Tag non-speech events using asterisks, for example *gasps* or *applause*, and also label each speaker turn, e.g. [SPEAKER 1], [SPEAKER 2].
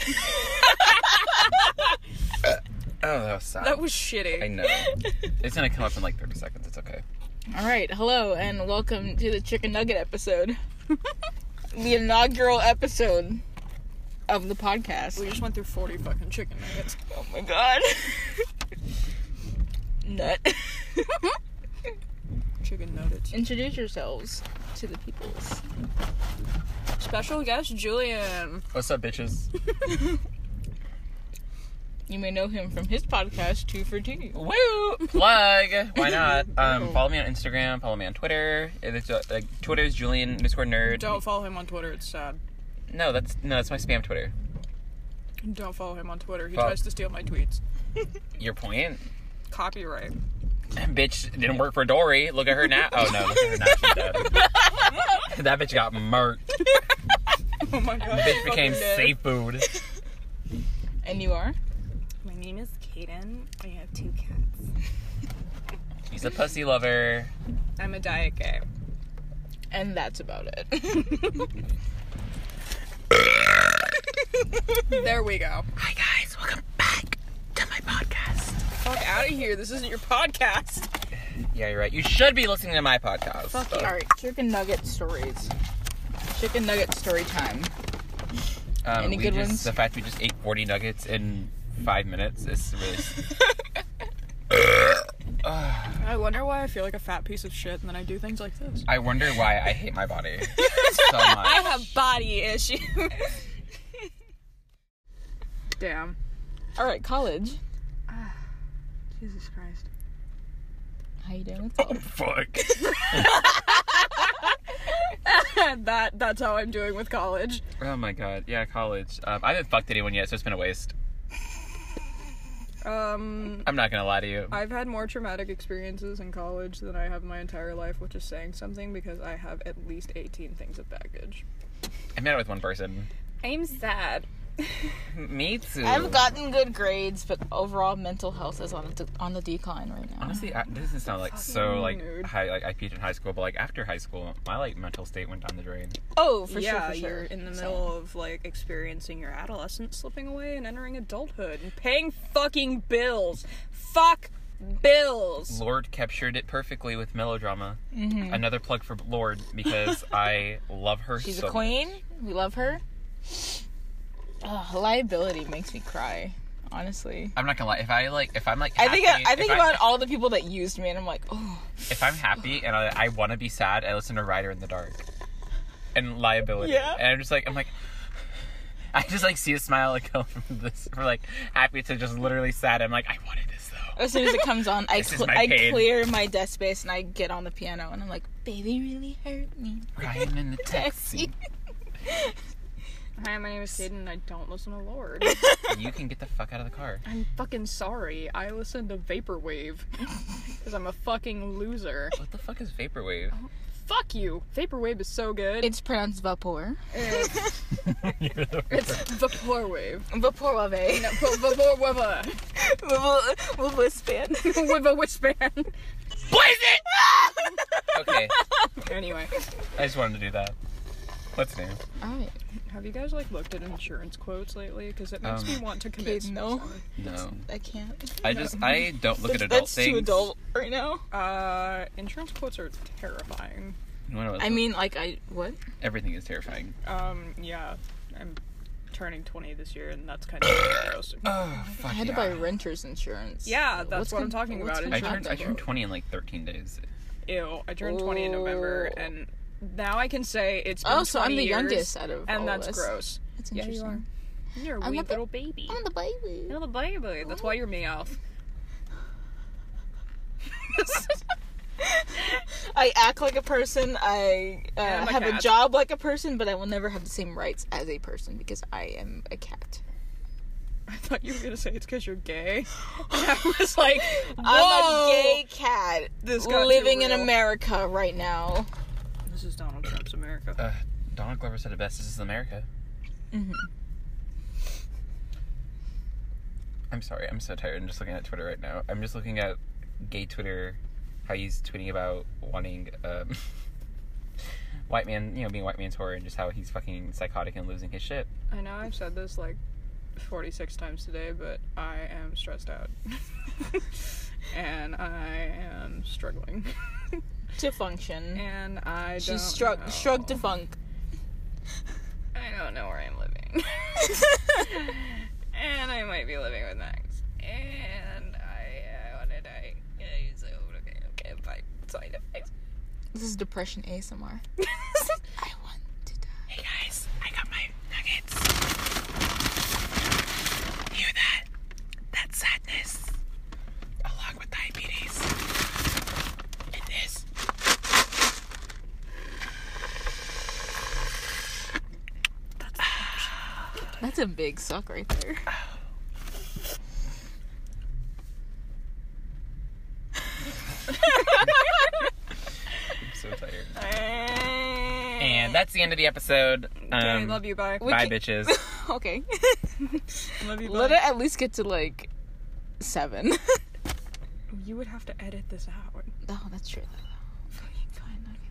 [SPEAKER 1] *laughs* Oh, that was sad.
[SPEAKER 2] That was shitty.
[SPEAKER 1] I know. It's gonna come up in like 30 seconds. It's okay.
[SPEAKER 2] All right, hello and welcome to the chicken nugget episode, *laughs* the inaugural episode of the podcast.
[SPEAKER 3] We just went through 40 fucking chicken nuggets.
[SPEAKER 2] Oh my god, *laughs* nut!
[SPEAKER 3] *laughs* Chicken nuggets.
[SPEAKER 2] Introduce yourselves to the peoples.
[SPEAKER 3] Special guest Julian.
[SPEAKER 1] What's up, bitches?
[SPEAKER 2] *laughs* You may know him from his podcast Two for Two.
[SPEAKER 1] Woo! Plug. Why not? Um, follow me on Instagram. Follow me on Twitter. It's uh, like Twitter's Julian underscore nerd.
[SPEAKER 3] Don't follow him on Twitter. It's sad.
[SPEAKER 1] No, that's no, that's my spam Twitter.
[SPEAKER 3] Don't follow him on Twitter. He
[SPEAKER 1] Fuck.
[SPEAKER 3] tries to steal my tweets.
[SPEAKER 1] Your point, *laughs*
[SPEAKER 3] Copyright. *laughs*
[SPEAKER 1] bitch, didn't work for Dory. Look at her now. Oh no, look at her now. She's dead. that bitch got murked.
[SPEAKER 3] Oh my god.
[SPEAKER 1] Bitch became
[SPEAKER 3] fucking dead.
[SPEAKER 1] seafood.
[SPEAKER 2] And you are?
[SPEAKER 3] My name is Kaden. I have two cats.
[SPEAKER 1] She's a pussy lover.
[SPEAKER 3] I'm a diet gay.
[SPEAKER 2] And that's about it.
[SPEAKER 3] *laughs* There we go.
[SPEAKER 1] Hi guys, welcome back to my podcast.
[SPEAKER 3] Fuck out of here. This isn't your podcast.
[SPEAKER 1] Yeah, you're right. You should be listening to my podcast.
[SPEAKER 2] Fuck
[SPEAKER 1] so.
[SPEAKER 2] All right, chicken nugget stories. Chicken nugget story time.
[SPEAKER 1] Um,
[SPEAKER 2] Any
[SPEAKER 1] we
[SPEAKER 2] good
[SPEAKER 1] just,
[SPEAKER 2] ones?
[SPEAKER 1] The fact we just ate 40 nuggets in five minutes is really.
[SPEAKER 3] I wonder why I feel like a fat piece of shit and then I do things like this.
[SPEAKER 1] I wonder why I hate my
[SPEAKER 2] *laughs*
[SPEAKER 1] body so much.
[SPEAKER 3] have body issues. Damn.
[SPEAKER 2] All right, college.
[SPEAKER 3] *sighs* Jesus Christ.
[SPEAKER 2] How you doing with college?
[SPEAKER 1] Fuck.
[SPEAKER 3] *laughs* that that's how I'm doing with college.
[SPEAKER 1] *laughs* Oh my god. Yeah, college. Um, I haven't fucked anyone yet, so it's been a waste.
[SPEAKER 3] Um
[SPEAKER 1] I'm not gonna lie to you.
[SPEAKER 3] I've had more traumatic experiences in college than I have my entire life, which is saying something because I have at least 18 things of baggage.
[SPEAKER 1] I met with one person.
[SPEAKER 3] I'm sad.
[SPEAKER 1] Me too.
[SPEAKER 2] I've gotten good grades, but overall mental health is on the, on the decline right now.
[SPEAKER 1] Honestly, I, this doesn't sound like so like
[SPEAKER 3] Fucking nerd.
[SPEAKER 1] high. Like I peaked in high school, but like after high school, my like mental state went down the drain.
[SPEAKER 2] Oh, for
[SPEAKER 3] yeah,
[SPEAKER 2] sure, for sure.
[SPEAKER 3] you're in the
[SPEAKER 2] So,
[SPEAKER 3] middle of like experiencing your adolescence slipping away and entering adulthood and paying fucking bills. Fuck bills.
[SPEAKER 1] Lord captured it perfectly with melodrama.
[SPEAKER 2] Mm-hmm.
[SPEAKER 1] Another plug for Lord
[SPEAKER 2] *laughs*
[SPEAKER 1] because I love her.
[SPEAKER 2] she's
[SPEAKER 1] so
[SPEAKER 2] a queen. We love her. Ugh, liability makes me cry. Honestly,
[SPEAKER 1] I'm not gonna lie. If I like, if I'm like,
[SPEAKER 2] I think uh,
[SPEAKER 1] happy-
[SPEAKER 2] I think
[SPEAKER 1] if
[SPEAKER 2] about all the people that used me, and I'm like, oh,
[SPEAKER 1] if I'm happy and I, I want to be sad, I listen to Rider in the Dark and Liability.
[SPEAKER 2] Yeah.
[SPEAKER 1] And I'm just like, *laughs* I'm like, I just like see a smile like *laughs* go from this from like happy to just literally sad. I'm like, I wanted this
[SPEAKER 2] *laughs*
[SPEAKER 1] though.
[SPEAKER 2] as soon as it
[SPEAKER 1] *laughs*
[SPEAKER 2] comes on, I
[SPEAKER 1] This is
[SPEAKER 2] cl-
[SPEAKER 1] my
[SPEAKER 2] I
[SPEAKER 1] pain.
[SPEAKER 2] clear my desk space and I get on the piano, and I'm like, baby, really hurt me.
[SPEAKER 1] Ryan
[SPEAKER 2] *laughs*
[SPEAKER 1] in the taxi.
[SPEAKER 2] Taxi.
[SPEAKER 3] Hi, my name is Kaden and I don't listen to Lord.
[SPEAKER 1] you can get the fuck out of the car.
[SPEAKER 3] I'm fucking sorry. I listen to Vaporwave because I'm a fucking loser.
[SPEAKER 1] What the fuck is
[SPEAKER 2] *laughs*
[SPEAKER 1] vaporwave?
[SPEAKER 3] Fuck you. Vaporwave is so good.
[SPEAKER 2] It's pronounced vapor.
[SPEAKER 3] it's it's Vaporwave.
[SPEAKER 2] *laughs* Vapor wave.
[SPEAKER 3] No, Vaporwave.
[SPEAKER 2] Whispan.
[SPEAKER 3] *laughs* With a wishband.
[SPEAKER 1] okay,
[SPEAKER 3] *laughs* Anyway,
[SPEAKER 1] I just wanted to do that. What's new?
[SPEAKER 2] Alright.
[SPEAKER 3] have you guys like looked at insurance quotes lately? Because it makes
[SPEAKER 1] Um,
[SPEAKER 3] me want to commit.
[SPEAKER 2] Kaden, no.
[SPEAKER 3] suicide.
[SPEAKER 1] No,
[SPEAKER 2] I can't.
[SPEAKER 1] I just I don't look at adult
[SPEAKER 2] That's
[SPEAKER 1] things.
[SPEAKER 2] too adult right now.
[SPEAKER 3] Uh, insurance quotes are terrifying.
[SPEAKER 1] You wanna-
[SPEAKER 2] I mean, like, I. What?
[SPEAKER 1] everything is terrifying.
[SPEAKER 3] Um, yeah, I'm turning 20 this year, and that's kind of gross.
[SPEAKER 1] Oh,
[SPEAKER 2] I
[SPEAKER 1] fuck
[SPEAKER 2] had to
[SPEAKER 1] yeah.
[SPEAKER 2] buy renter's insurance.
[SPEAKER 3] Yeah, that's
[SPEAKER 2] What's
[SPEAKER 3] what I'm
[SPEAKER 2] con-
[SPEAKER 3] talking
[SPEAKER 2] what's
[SPEAKER 3] about.
[SPEAKER 2] con-
[SPEAKER 1] I
[SPEAKER 3] It's
[SPEAKER 1] turned I
[SPEAKER 2] Contractable.
[SPEAKER 1] turned 20 in like 13 days.
[SPEAKER 3] Ew, I turned 20 in November,
[SPEAKER 2] Oh.
[SPEAKER 3] and now I can say it's. Been
[SPEAKER 2] Oh, so I'm
[SPEAKER 3] 20
[SPEAKER 2] the
[SPEAKER 3] years,
[SPEAKER 2] youngest out of all
[SPEAKER 3] and
[SPEAKER 2] of
[SPEAKER 3] that's
[SPEAKER 2] us.
[SPEAKER 3] gross.
[SPEAKER 2] That's
[SPEAKER 3] Yeah, you
[SPEAKER 2] interesting.
[SPEAKER 3] You're a
[SPEAKER 2] I'm
[SPEAKER 3] wee
[SPEAKER 2] not the-
[SPEAKER 3] little baby.
[SPEAKER 2] I'm the baby. *laughs*
[SPEAKER 3] You're the baby. That's why you're meowth.
[SPEAKER 2] I act like a person. I uh,
[SPEAKER 3] I'm a
[SPEAKER 2] have a
[SPEAKER 3] cat.
[SPEAKER 2] job like a person, but I will never have the same rights as a person because I am a cat.
[SPEAKER 3] *laughs* I thought you were gonna say it's because you're
[SPEAKER 2] *gasps*
[SPEAKER 3] gay. And I was like, whoa,
[SPEAKER 2] I'm a gay cat
[SPEAKER 3] This got too
[SPEAKER 2] living in
[SPEAKER 3] real.
[SPEAKER 2] America right now.
[SPEAKER 3] This is Donald Trump's America.
[SPEAKER 1] Uh, Donald Glover said it best. This is America.
[SPEAKER 2] Mhm.
[SPEAKER 1] I'm sorry. I'm so tired. I'm just looking at Twitter right now. I'm just looking at gay Twitter, how he's tweeting about wanting um, *laughs* white man, you know, being white man's horror, and just how he's fucking psychotic and losing his shit.
[SPEAKER 3] I know I've said this like 46 times today, but I am stressed out. *laughs* and I am struggling. *laughs*
[SPEAKER 2] to function.
[SPEAKER 3] and I don't.
[SPEAKER 2] She's struck,
[SPEAKER 3] know.
[SPEAKER 2] struck to funk. *laughs*
[SPEAKER 3] I don't know where I'm living. *laughs* and I might be living with Max. And I, I want to die. Yeah, so, okay, okay, bye. Sorry, *laughs* bye.
[SPEAKER 2] This is depression ASMR. I want to die.
[SPEAKER 1] Hey guys, I got my nuggets. Hear that? That sadness, along with diabetes, and this.
[SPEAKER 2] That's a big suck right *laughs* there.
[SPEAKER 1] I'm so tired.
[SPEAKER 2] *laughs*
[SPEAKER 3] And
[SPEAKER 1] And that's the end of the episode.
[SPEAKER 3] Okay,
[SPEAKER 1] Um,
[SPEAKER 3] love you. Bye.
[SPEAKER 2] we
[SPEAKER 1] Bye,
[SPEAKER 2] can- *laughs*
[SPEAKER 1] bitches.
[SPEAKER 2] okay.
[SPEAKER 3] Love you. Bye.
[SPEAKER 2] Let it at least get to like seven. *laughs*
[SPEAKER 3] You would have to edit this out.
[SPEAKER 2] oh, that's true. though. Fine, okay.